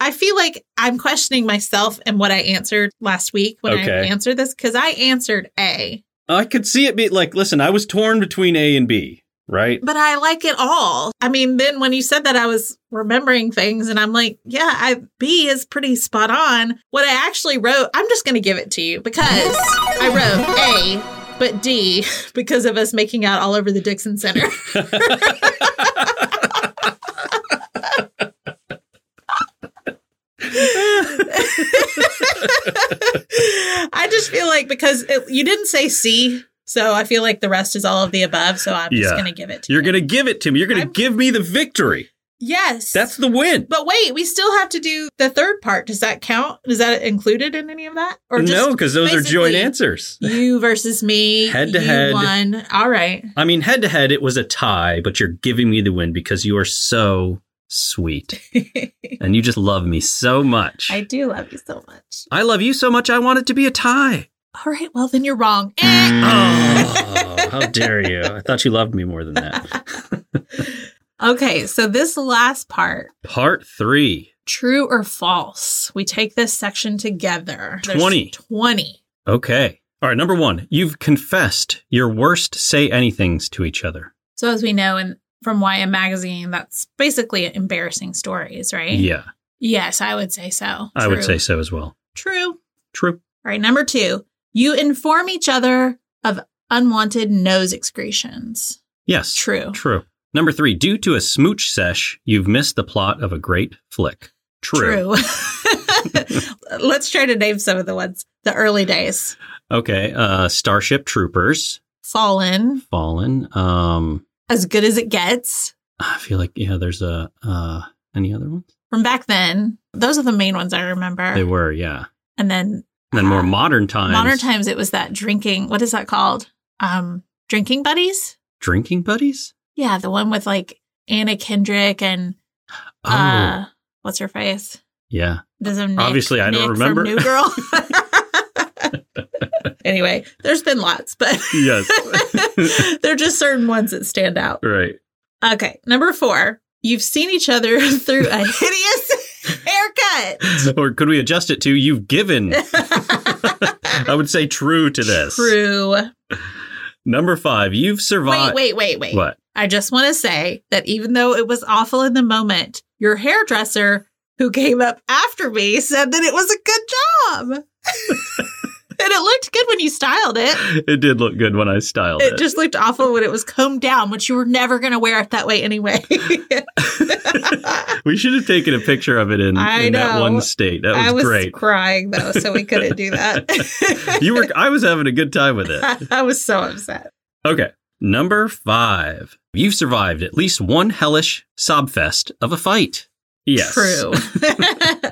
S1: I feel like I'm questioning myself and what I answered last week when I
S2: Okay.
S1: answered this cuz I answered A,
S2: I could see it be like, listen, I was torn between A and B, right?
S1: but I like it all. I mean, then when you said that I was remembering things and I'm like, yeah, I B is pretty spot on. What I actually wrote, I'm just going to give it to you because I wrote A but D because of us making out all over the Dixon Center. I just feel like because it, you didn't say C, so I feel like the rest is all of the above. So I'm just
S2: Yeah.
S1: going to give it to
S2: You're
S1: you.
S2: going to give it to me. You're going
S1: I'm-
S2: to give me the victory.
S1: yes.
S2: That's the win.
S1: but wait, we still have to do the third part. Does that count? Is that included in any of that? Or just
S2: no, because those are joint
S1: basically-
S2: answers.
S1: you versus me?
S2: Head to
S1: you
S2: head.
S1: One. All right.
S2: I mean, head to head, it was a tie, but you're giving me the win because you are so sweet and you just love me so much.
S1: I do love you so much.
S2: I love you so much, I want it to be a tie.
S1: All right. Well, then you're wrong. Eh.
S2: Oh, how dare you? I thought you loved me more than that.
S1: Okay. So this last part.
S2: Part three.
S1: True or false? We take this section together. There's
S2: 20.
S1: 20.
S2: Okay. All right. Number one, you've confessed your worst say anythings to each other.
S1: So as we know in from YM magazine, that's basically embarrassing stories, right?
S2: Yeah,
S1: Yes, I would say so.
S2: I would
S1: Eh, True.
S2: say so as well.
S1: True. All
S2: True.
S1: right, number two. You inform each other of unwanted nose excretions.
S2: Yes.
S1: True.
S2: True. Number three, due to a smooch sesh, you've missed the plot of a great flick. True.
S1: True. Let's try to name some of the ones. The early days.
S2: Okay. Uh, Starship Troopers,
S1: Fallen.
S2: Fallen. Um,
S1: As good as it gets.
S2: I feel like yeah. There's a uh, any other ones?
S1: From back then. Those are the main ones I remember.
S2: They were yeah.
S1: and then
S2: And then more modern times.
S1: modern times it was that drinking what is that called? Um drinking buddies?
S2: Drinking buddies.
S1: Yeah, the one with like Anna Kendrick and
S2: Oh
S1: uh what's her face?
S2: yeah.
S1: There's a Nick-
S2: Obviously, I don't
S1: Nick from
S2: remember.
S1: New Girl. anyway, there's been lots, but
S2: Yes.
S1: there are just certain ones that stand out.
S2: right.
S1: Okay, number four. You've seen each other through a hideous haircut.
S2: or could we adjust it to you've given? I would say true to this.
S1: True.
S2: Number five, you've
S1: Wait,
S2: survived.
S1: wait, wait, wait.
S2: What?
S1: I just want to say that even though it was awful in the moment, your hairdresser who came up after me said that it was a good job. and it looked good when you styled it.
S2: It did look good when I styled it.
S1: It just looked awful when it was combed down, which you were never going to wear it that way anyway.
S2: we should have taken a picture of it in,
S1: I
S2: in that
S1: know.
S2: one state. That was,
S1: I was
S2: great.
S1: crying though, so we couldn't do that.
S2: You were I was having a good time with it.
S1: I was so upset.
S2: Okay. Number five. You've survived at least one hellish sobfest of a fight. Yes.
S1: True.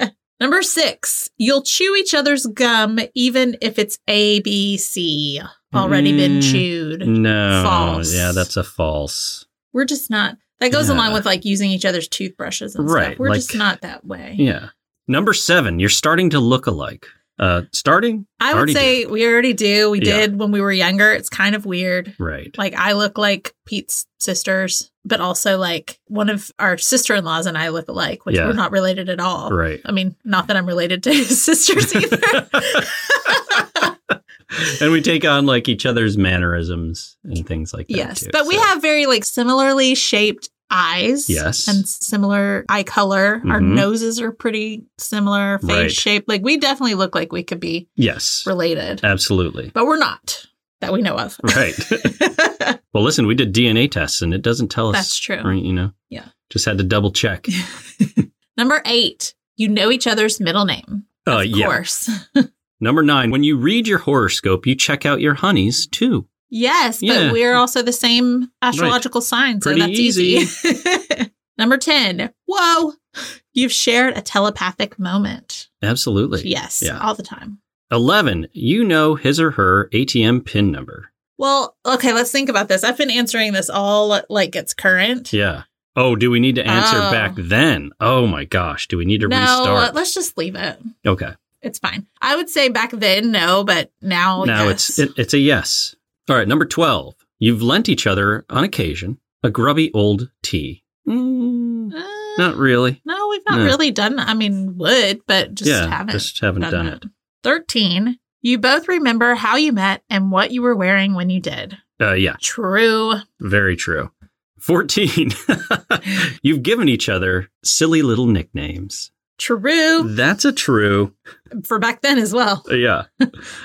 S1: Number six, you'll chew each other's gum even if it's A, B, C. Already been
S2: Mm.
S1: chewed.
S2: No.
S1: False.
S2: Yeah, that's a false.
S1: We're just not. That goes along
S2: Yeah.
S1: with like using each other's toothbrushes and stuff.
S2: Right,
S1: We're
S2: like-
S1: just not that way.
S2: Yeah. Number seven, you're starting to look alike. Uh starting?
S1: I would
S2: Already
S1: say we already do. We
S2: Yeah.
S1: did when we were younger. It's kind of weird.
S2: Right.
S1: Like I look like Pete's sisters, but also like one of our sister-in-laws and I look alike, which
S2: Yeah.
S1: we're not related at all.
S2: Right.
S1: I mean, not that I'm related to his sisters either.
S2: and we take on like each other's mannerisms and things like that.
S1: Yes,
S2: too,
S1: but we
S2: so-
S1: have very like similarly shaped eyes.
S2: Yes.
S1: And similar eye color. Our
S2: Mhm.
S1: noses are pretty similar, face
S2: Right.
S1: shape. Like we definitely look like we could be
S2: yes,
S1: related,
S2: absolutely.
S1: but we're not that we know of.
S2: Right. well, listen, we did DNA tests and it doesn't tell us.
S1: That's true.
S2: Right, you know.
S1: Yeah.
S2: Just had to double check.
S1: Number eight, you know each other's middle name.
S2: Uh,
S1: of
S2: yeah.
S1: course.
S2: Number nine. When you read your horoscope, you check out your honeys too.
S1: Yes,
S2: Yeah.
S1: but we're also the same astrological sign, so
S2: Pretty
S1: that's easy.
S2: easy.
S1: Number 10, whoa, you've shared a telepathic moment.
S2: Absolutely.
S1: Yes,
S2: Yeah.
S1: all the time.
S2: Eleven. You know his or her ATM pin number.
S1: Well, okay, let's think about this. I've been answering this all like it's current.
S2: Yeah. Oh, do we need to answer
S1: Oh.
S2: back then? Oh my gosh, do we need to
S1: no,
S2: restart?
S1: let's just leave it.
S2: Okay.
S1: It's fine. I would say back then, no, but now,
S2: now
S1: Oh, yes.
S2: it's it, it's a yes. All right, number 12. You've lent each other, on occasion, a grubby old tea. Mm,
S1: Uh,
S2: not really.
S1: no, we've not
S2: no.
S1: really done. I mean, would, but just
S2: yeah,
S1: haven't.
S2: just haven't done, it.
S1: 13. You both remember how you met and what you were wearing when you did.
S2: Uh, yeah,
S1: True.
S2: very true. 14. You've given each other silly little nicknames.
S1: True.
S2: That's a true. uh,
S1: For back then as well.
S2: Yeah,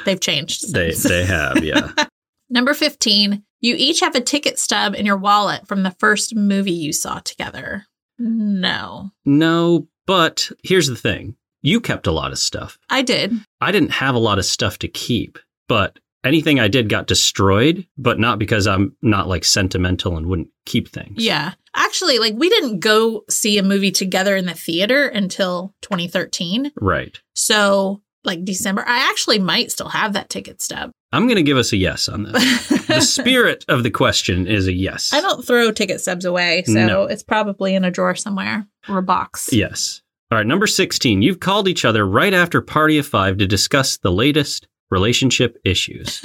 S1: They've changed.
S2: they,
S1: since.
S2: they have. Yeah.
S1: Number 15. You each have a ticket stub in your wallet from the first movie you saw together. No.
S2: No, but here's the thing you kept a lot of stuff.
S1: I did.
S2: I didn't have a lot of stuff to keep, but anything I did got destroyed, but not because I'm not like sentimental and wouldn't keep things.
S1: Yeah. Actually, like we didn't go see a movie together in the theater until 2013.
S2: Right.
S1: So, like December, I actually might still have that ticket stub.
S2: I'm going to give us a yes on this. the spirit of the question is a yes.
S1: I don't throw ticket stubs away, so
S2: No.
S1: it's probably in a drawer somewhere or a box.
S2: Yes. All right. Number 16. You've called each other right after Party of Five to discuss the latest relationship issues.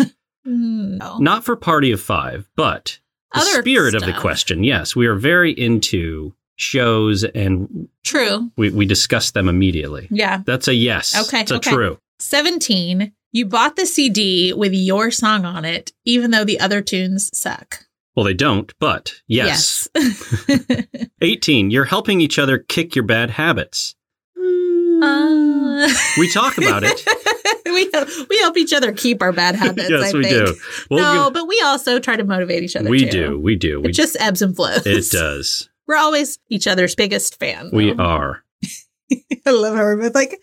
S1: Mm, No.
S2: not for Party of Five, but the
S1: Other
S2: spirit of the
S1: stuff.
S2: question. Yes. We are very into shows and
S1: True.
S2: we, we discuss them immediately.
S1: Yeah.
S2: That's a yes.
S1: Okay,
S2: It's a
S1: okay.
S2: true.
S1: 17. You bought the CD with your song on it, even though the other tunes suck.
S2: Well, they don't, but yes.
S1: Yes.
S2: 18. You're helping each other kick your bad habits.
S1: Uh,
S2: We talk about it.
S1: we, help, we help each other keep our bad habits.
S2: yes,
S1: I
S2: we
S1: think.
S2: do. We'll
S1: no,
S2: give-
S1: but we also try to motivate each other.
S2: we
S1: too.
S2: do. We do.
S1: It
S2: We
S1: just ebbs and flows.
S2: It does.
S1: We're always each other's biggest fan.
S2: We are.
S1: I love how we're both like.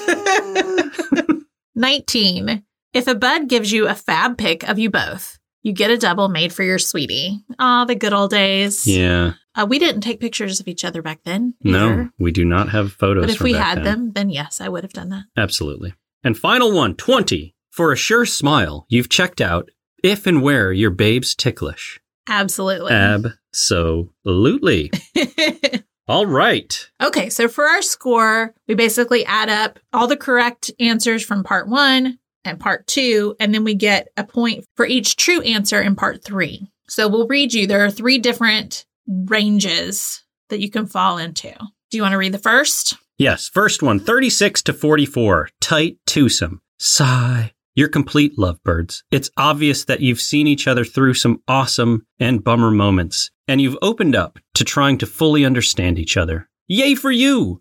S1: Nineteen. If a bud gives you a fab pic of you both, you get a double made for your sweetie. Ah, the good old days.
S2: Yeah.
S1: Uh, we didn't take pictures of each other back then.
S2: No,
S1: either.
S2: we do not have photos.
S1: But if
S2: from
S1: we
S2: back
S1: had
S2: then.
S1: them, then yes, I would have done that.
S2: absolutely. And final one, 20. For a sure smile, you've checked out if and where your babe's ticklish.
S1: Absolutely.
S2: Absolutely. All right.
S1: Okay, so for our score, we basically add up all the correct answers from part one and part two, and then we get a point for each true answer in part three. So we'll read you. There are three different ranges that you can fall into. Do you want to read the first?
S2: Yes, first one 36 to 44. Tight twosome. Sigh. You're complete lovebirds. It's obvious that you've seen each other through some awesome and bummer moments, and you've opened up to trying to fully understand each other. Yay for you!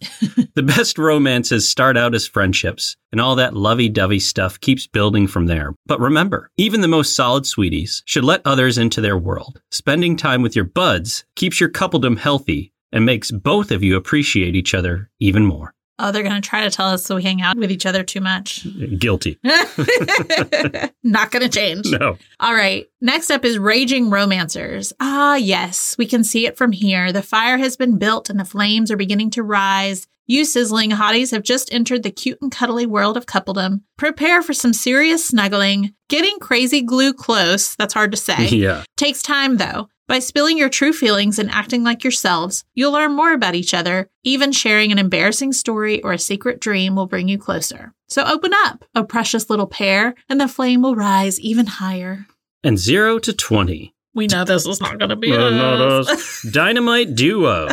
S2: the best romances start out as friendships, and all that lovey dovey stuff keeps building from there. But remember, even the most solid sweeties should let others into their world. Spending time with your buds keeps your coupledom healthy and makes both of you appreciate each other even more.
S1: Oh, they're going to try to tell us so we hang out with each other too much.
S2: Guilty.
S1: Not going to change.
S2: No.
S1: All right. Next up is Raging Romancers. Ah, yes, we can see it from here. The fire has been built and the flames are beginning to rise. You sizzling hotties have just entered the cute and cuddly world of coupledom. Prepare for some serious snuggling. Getting crazy glue close, that's hard to say.
S2: Yeah.
S1: Takes time, though. By spilling your true feelings and acting like yourselves, you'll learn more about each other. Even sharing an embarrassing story or a secret dream will bring you closer. So open up, oh precious little pair, and the flame will rise even higher.
S2: And zero to 20.
S1: We know this is not going to be
S2: Uh, not
S1: us.
S2: us. Dynamite Duo.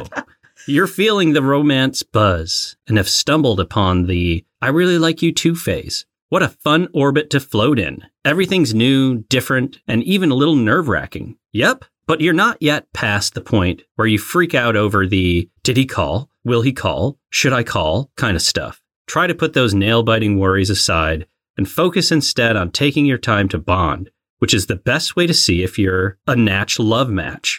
S2: You're feeling the romance buzz and have stumbled upon the I really like you too phase. What a fun orbit to float in. Everything's new, different, and even a little nerve wracking. Yep. But you're not yet past the point where you freak out over the did he call? Will he call? Should I call? kind of stuff. Try to put those nail biting worries aside and focus instead on taking your time to bond, which is the best way to see if you're a natch love match.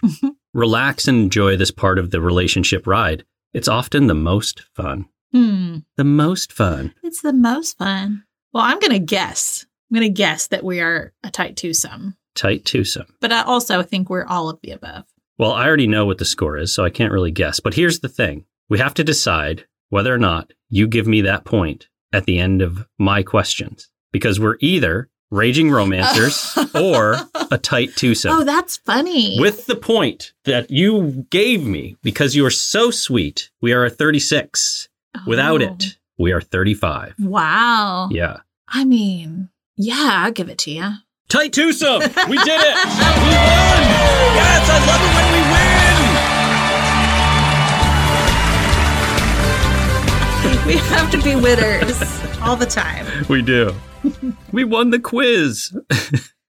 S2: Relax and enjoy this part of the relationship ride. It's often the most fun.
S1: Hmm.
S2: The most fun.
S1: It's the most fun. Well, I'm going to guess. I'm going to guess that we are a tight twosome,
S2: Tight twosome.
S1: but I also think we're all of the above.
S2: Well, I already know what the score is, so I can't really guess. But here's the thing we have to decide whether or not you give me that point at the end of my questions because we're either raging romancers or a tight twosome.
S1: Oh, that's funny.
S2: with the point that you gave me because you are so sweet. We are a 36. Without
S1: Oh.
S2: it, we are 35.
S1: Wow.
S2: Yeah.
S1: I mean, yeah, I'll give it to you.
S2: Tight twosome. We did it. We won. Yes, I love it when we win.
S1: We have to be winners all the time.
S2: We do. We won the quiz.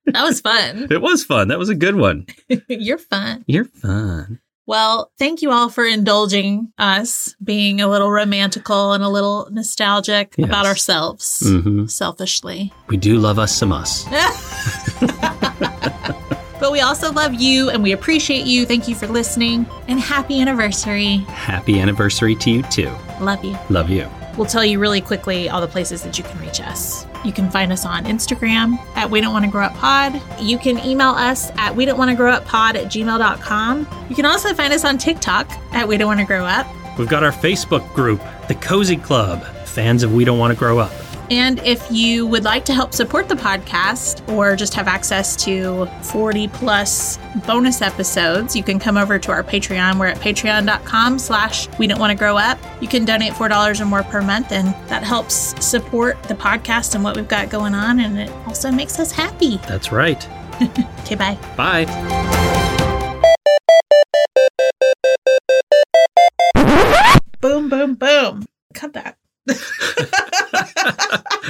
S1: That was fun.
S2: It was fun. That was a good one.
S1: You're fun.
S2: You're fun.
S1: Well, thank you all for indulging us, being a little romantical and a little nostalgic
S2: Yes.
S1: about ourselves,
S2: hmm
S1: selfishly.
S2: We do love us some us.
S1: But we also love you and we appreciate you. Thank you for listening and happy anniversary.
S2: Happy anniversary to you too.
S1: Love you.
S2: Love you.
S1: We'll tell you really quickly all the places that you can reach us. You can find us on Instagram at We Don't Want to Grow Up Pod. You can email us at We Don't Want to Grow Up Pod at gmail.com. You can also find us on TikTok at We Don't Want to Grow Up.
S2: We've got our Facebook group, The Cozy Club, fans of We Don't Want to Grow Up.
S1: And if you would like to help support the podcast or just have access to 40 plus bonus episodes, you can come over to our Patreon. We're at patreon.com slash we don't want to grow up. You can donate $4 or more per month, and that helps support the podcast and what we've got going on. And it also makes us happy.
S2: That's right.
S1: Okay, bye.
S2: Bye.
S1: Boom, boom, boom. Cut that.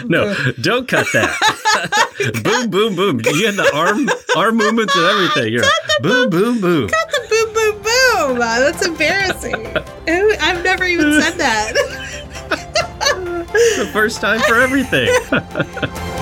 S2: No, don't cut that. boom, boom, boom. You had the arm arm movements and everything. You're boom, boom, boom.
S1: Cut the boom, boom, boom. That's embarrassing. Who- I've never even said that.
S2: The first time for everything.